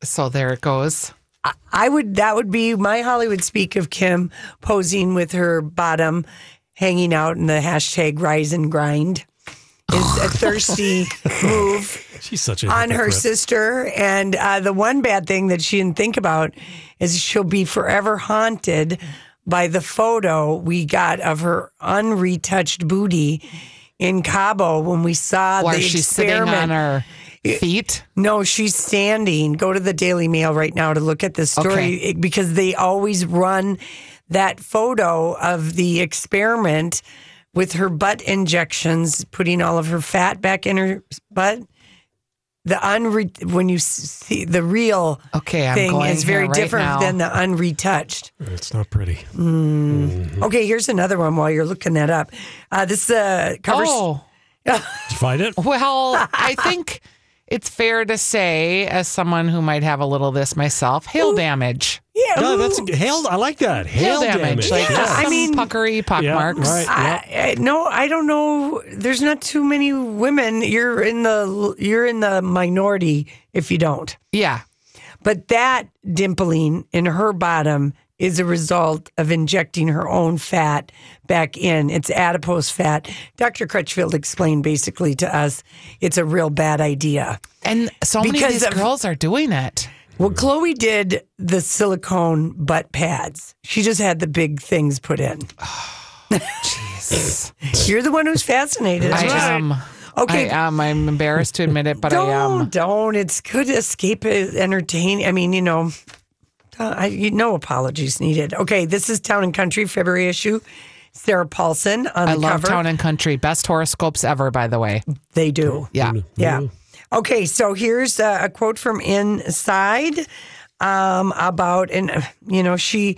Speaker 4: So there it goes.
Speaker 3: I, I would. That would be my Hollywood speak of Kim posing with her bottom hanging out in the hashtag rise and grind. Is a thirsty move
Speaker 1: She's such a
Speaker 3: on her
Speaker 1: hypocrite.
Speaker 3: sister. And uh, the one bad thing that she didn't think about is she'll be forever haunted by the photo we got of her unretouched booty in Cabo when we saw
Speaker 4: Where
Speaker 3: the
Speaker 4: she's sitting
Speaker 3: experiment.
Speaker 4: on her. Feet?
Speaker 3: No, she's standing. Go to the Daily Mail right now to look at this story
Speaker 4: Okay.
Speaker 3: it- because they always run that photo of the experiment with her butt injections, putting all of her fat back in her butt. The unre- when you s- see the real
Speaker 4: okay,
Speaker 1: I'm
Speaker 3: thing
Speaker 1: going
Speaker 3: is very
Speaker 1: here right
Speaker 3: different
Speaker 1: now.
Speaker 3: than the unretouched.
Speaker 1: It's not pretty.
Speaker 3: Mm. Okay, here's another one while you're looking that up. Uh, this uh, covers.
Speaker 4: Oh.
Speaker 1: Did you find
Speaker 3: Oh,
Speaker 1: it?
Speaker 4: Well,
Speaker 3: [LAUGHS]
Speaker 4: I think it's fair to say, as someone who might have a little of this myself, hail damage.
Speaker 3: Yeah,
Speaker 1: No, that's hail. I like that. Hail,
Speaker 4: Hail damage. Like,
Speaker 3: Yeah,
Speaker 4: just
Speaker 3: I
Speaker 4: some
Speaker 3: mean-
Speaker 4: puckery pock marks.
Speaker 3: I, I, no, I don't know. There's not too many women. You're in the you're in the minority if you don't.
Speaker 4: Yeah.
Speaker 3: But that dimpling in her bottom is a result of injecting her own fat back in. It's adipose fat. Dr. Crutchfield explained basically to us it's a real bad idea.
Speaker 4: And so many of these girls are doing it.
Speaker 3: Well, Chloe did the silicone butt pads. She just had the big things put in.
Speaker 4: [SIGHS]
Speaker 3: [LAUGHS]
Speaker 4: Jeez.
Speaker 3: You're the one who's fascinated.
Speaker 4: I am.
Speaker 3: Okay.
Speaker 4: I am. I'm embarrassed to admit it, but
Speaker 3: don't,
Speaker 4: I am.
Speaker 3: Don't. It's good escape, entertain. I mean, you know, uh, I, you, no apologies needed. Okay, this is Town and Country February issue. Sarah Paulson on
Speaker 4: I
Speaker 3: the
Speaker 4: love
Speaker 3: cover.
Speaker 4: Town and Country. Best horoscopes ever, by the way.
Speaker 3: They do.
Speaker 4: Yeah.
Speaker 1: Mm-hmm.
Speaker 3: Yeah. Okay, so here's a, a quote from Inside um, about, and uh, you know, she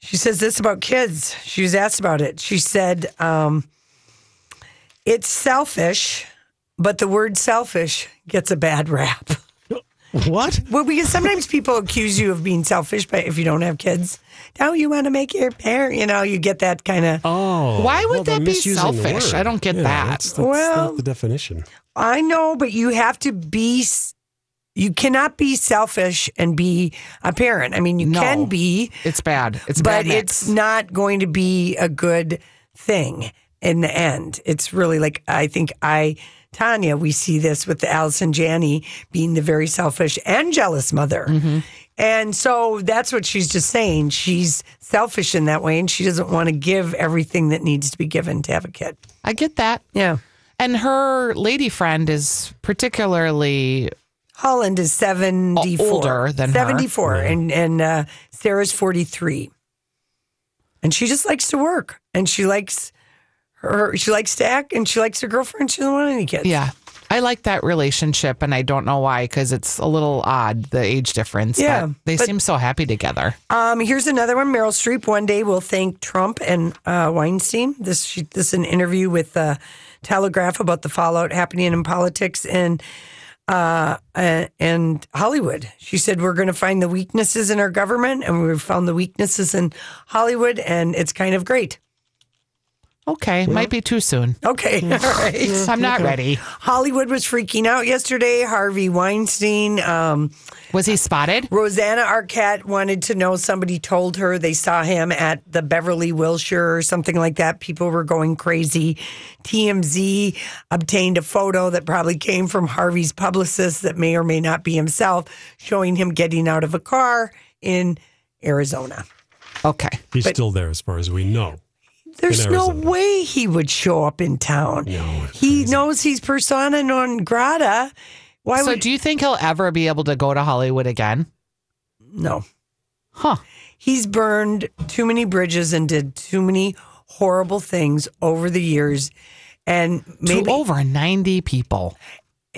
Speaker 3: she says this about kids. She was asked about it. She said, um, "It's selfish, but the word selfish gets a bad rap." [LAUGHS]
Speaker 1: What?
Speaker 3: Well, because sometimes people accuse you of being selfish, but if you don't have kids, now you want to make your parent. You know, you get that kind of.
Speaker 1: Oh,
Speaker 4: Why would
Speaker 1: well, they're
Speaker 4: that be
Speaker 1: misusing the
Speaker 4: selfish?
Speaker 1: word.
Speaker 4: I don't get
Speaker 1: Yeah,
Speaker 4: that.
Speaker 1: That's, that's
Speaker 3: Well-
Speaker 1: not the definition.
Speaker 3: I know, but you have to be. s- You cannot be selfish and be a parent. I mean, you
Speaker 4: No.
Speaker 3: can be,
Speaker 4: It's bad. It's a
Speaker 3: but
Speaker 4: bad. mix.
Speaker 3: it's not going to be a good thing in the end. It's really like I think I, Tanya, we see this with the Allison Janney being the very selfish and jealous mother.
Speaker 4: Mm-hmm.
Speaker 3: And so that's what she's just saying. She's selfish in that way, and she doesn't want to give everything that needs to be given to have a kid.
Speaker 4: I get that.
Speaker 3: Yeah.
Speaker 4: And her lady friend is particularly
Speaker 3: Holland is 74.
Speaker 4: Uh, Older than her.
Speaker 3: 74 and and uh, Sarah's 43. And she just likes to work and she likes her she likes to act and she likes her girlfriend. She doesn't want any kids.
Speaker 4: yeah. I like that relationship, and I don't know why because it's a little odd the age difference.
Speaker 3: Yeah,
Speaker 4: but they
Speaker 3: but-
Speaker 4: seem so happy together.
Speaker 3: Um, here's another one. Meryl Streep one day will thank Trump and uh, Weinstein. This she, this is an interview with uh, Telegraph about the fallout happening in politics and uh, a- and Hollywood. She said we're going to find the weaknesses in our government, and we've found the weaknesses in Hollywood, and it's kind of great.
Speaker 4: Okay, might be
Speaker 3: [LAUGHS]
Speaker 4: too soon.
Speaker 3: Okay, all right.
Speaker 4: I'm not ready.
Speaker 3: Hollywood was freaking out yesterday. Harvey Weinstein. Um,
Speaker 4: Was he spotted?
Speaker 3: Rosanna Arquette wanted to know somebody told her they saw him at the Beverly Wilshire or something like that. People were going crazy. TMZ obtained a photo that probably came from Harvey's publicist that may or may not be himself, showing him getting out of a car in Arizona.
Speaker 4: Okay.
Speaker 1: He's
Speaker 3: But-
Speaker 1: still there as far as we know.
Speaker 3: There's
Speaker 1: In
Speaker 3: no
Speaker 1: Arizona.
Speaker 3: way he would show up in town. he knows he's persona non grata. Why
Speaker 4: so,
Speaker 3: would
Speaker 4: do you think he'll ever be able to go to Hollywood again?
Speaker 3: No.
Speaker 4: Huh.
Speaker 3: He's burned too many bridges and did too many horrible things over the years. And maybe
Speaker 4: to over 90 people.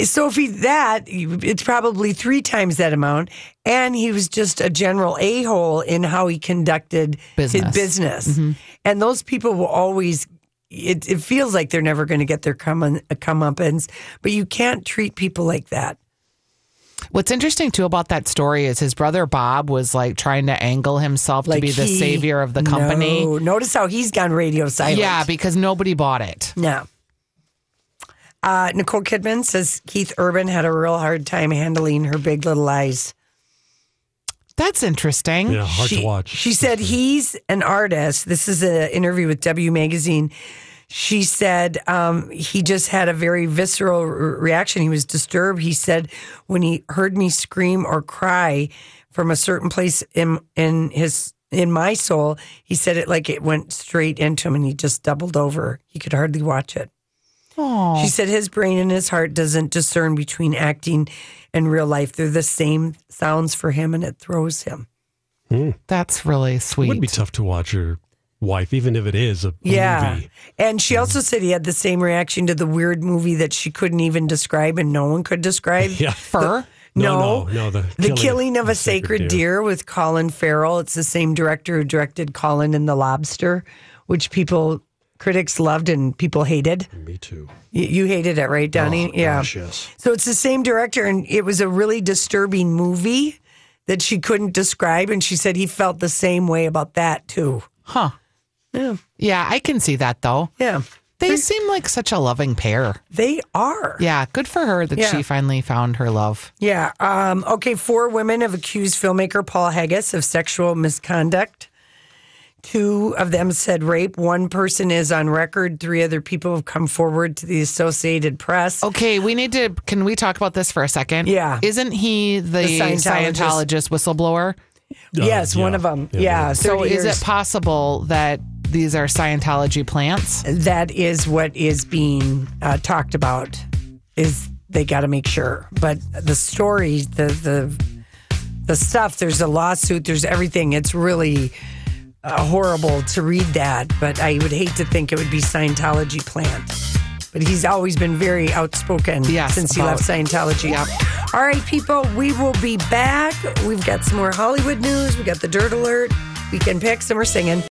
Speaker 3: so if he that it's probably three times that amount. And he was just a general a hole in how he conducted
Speaker 4: Business. Mm-hmm.
Speaker 3: his business. And those people will always. It, it feels like they're never going to get their come come up but you can't treat people like that.
Speaker 4: What's interesting too about that story is his brother Bob was like trying to angle himself to be the
Speaker 3: he-
Speaker 4: savior of the company.
Speaker 3: No. Notice how he's gone radio silent.
Speaker 4: Yeah, because nobody bought it.
Speaker 3: No. Uh, Nicole Kidman says Keith Urban had a real hard time handling her big little lies.
Speaker 4: That's interesting.
Speaker 1: Yeah, hard
Speaker 3: she,
Speaker 1: to watch.
Speaker 3: She said he's an artist. This is an interview with W Magazine. She said um, he just had a very visceral re- reaction. He was disturbed. He said when he heard me scream or cry from a certain place in in his in my soul, he said it like it went straight into him, and he just doubled over. He could hardly watch it.
Speaker 4: Oh.
Speaker 3: She said his brain and his heart doesn't discern between acting and real life. They're the same sounds for him and it throws him.
Speaker 4: That's really sweet.
Speaker 1: It would be tough to watch your wife, even if it is a
Speaker 3: Yeah.
Speaker 1: movie.
Speaker 3: And she also said he had the same reaction to the weird movie that she couldn't even describe and no one could describe.
Speaker 1: [LAUGHS] Yeah.
Speaker 3: Fur?
Speaker 1: No,
Speaker 3: No,
Speaker 1: no, no, the
Speaker 3: The
Speaker 1: Killing
Speaker 3: Killing, of a Sacred, deer. with Colin Farrell. It's the same director who directed Colin and the Lobster, which people, critics loved and people hated.
Speaker 1: Me too.
Speaker 3: You, you hated it, right, Donnie? yeah.
Speaker 1: Oh, gosh, yes.
Speaker 3: So it's the same director, and it was a really disturbing movie that she couldn't describe. And she said he felt the same way about that, too.
Speaker 4: Huh.
Speaker 3: Yeah.
Speaker 4: Yeah, I can see that though.
Speaker 3: Yeah.
Speaker 4: They seem like such a loving pair.
Speaker 3: They are.
Speaker 4: Yeah, good for her that
Speaker 3: Yeah.
Speaker 4: she finally found her love.
Speaker 3: Yeah. Um, okay. Four women have accused filmmaker Paul Haggis of sexual misconduct. Two of them said rape. One person is on record. Three other people have come forward to the Associated Press.
Speaker 4: Okay, we need to. Can we talk about this for a second?
Speaker 3: Yeah.
Speaker 4: Isn't he the,
Speaker 3: The Scientologist.
Speaker 4: Scientologist. whistleblower?
Speaker 3: yes, one of them. Yeah.
Speaker 4: So
Speaker 3: 30
Speaker 4: is
Speaker 3: years.
Speaker 4: it possible that these are Scientology plants?
Speaker 3: that is what is being uh, talked about. Is they got to make sure. But the story, the the the stuff. There's a lawsuit. There's everything. It's really uh, horrible to read that. But I would hate to think it would be Scientology plant. But he's always been very outspoken
Speaker 4: Yes,
Speaker 3: since he
Speaker 4: about-
Speaker 3: left Scientology. All right, people, we will be back. We've got some more Hollywood news. We got the dirt alert. Weekend picks, and we're singing.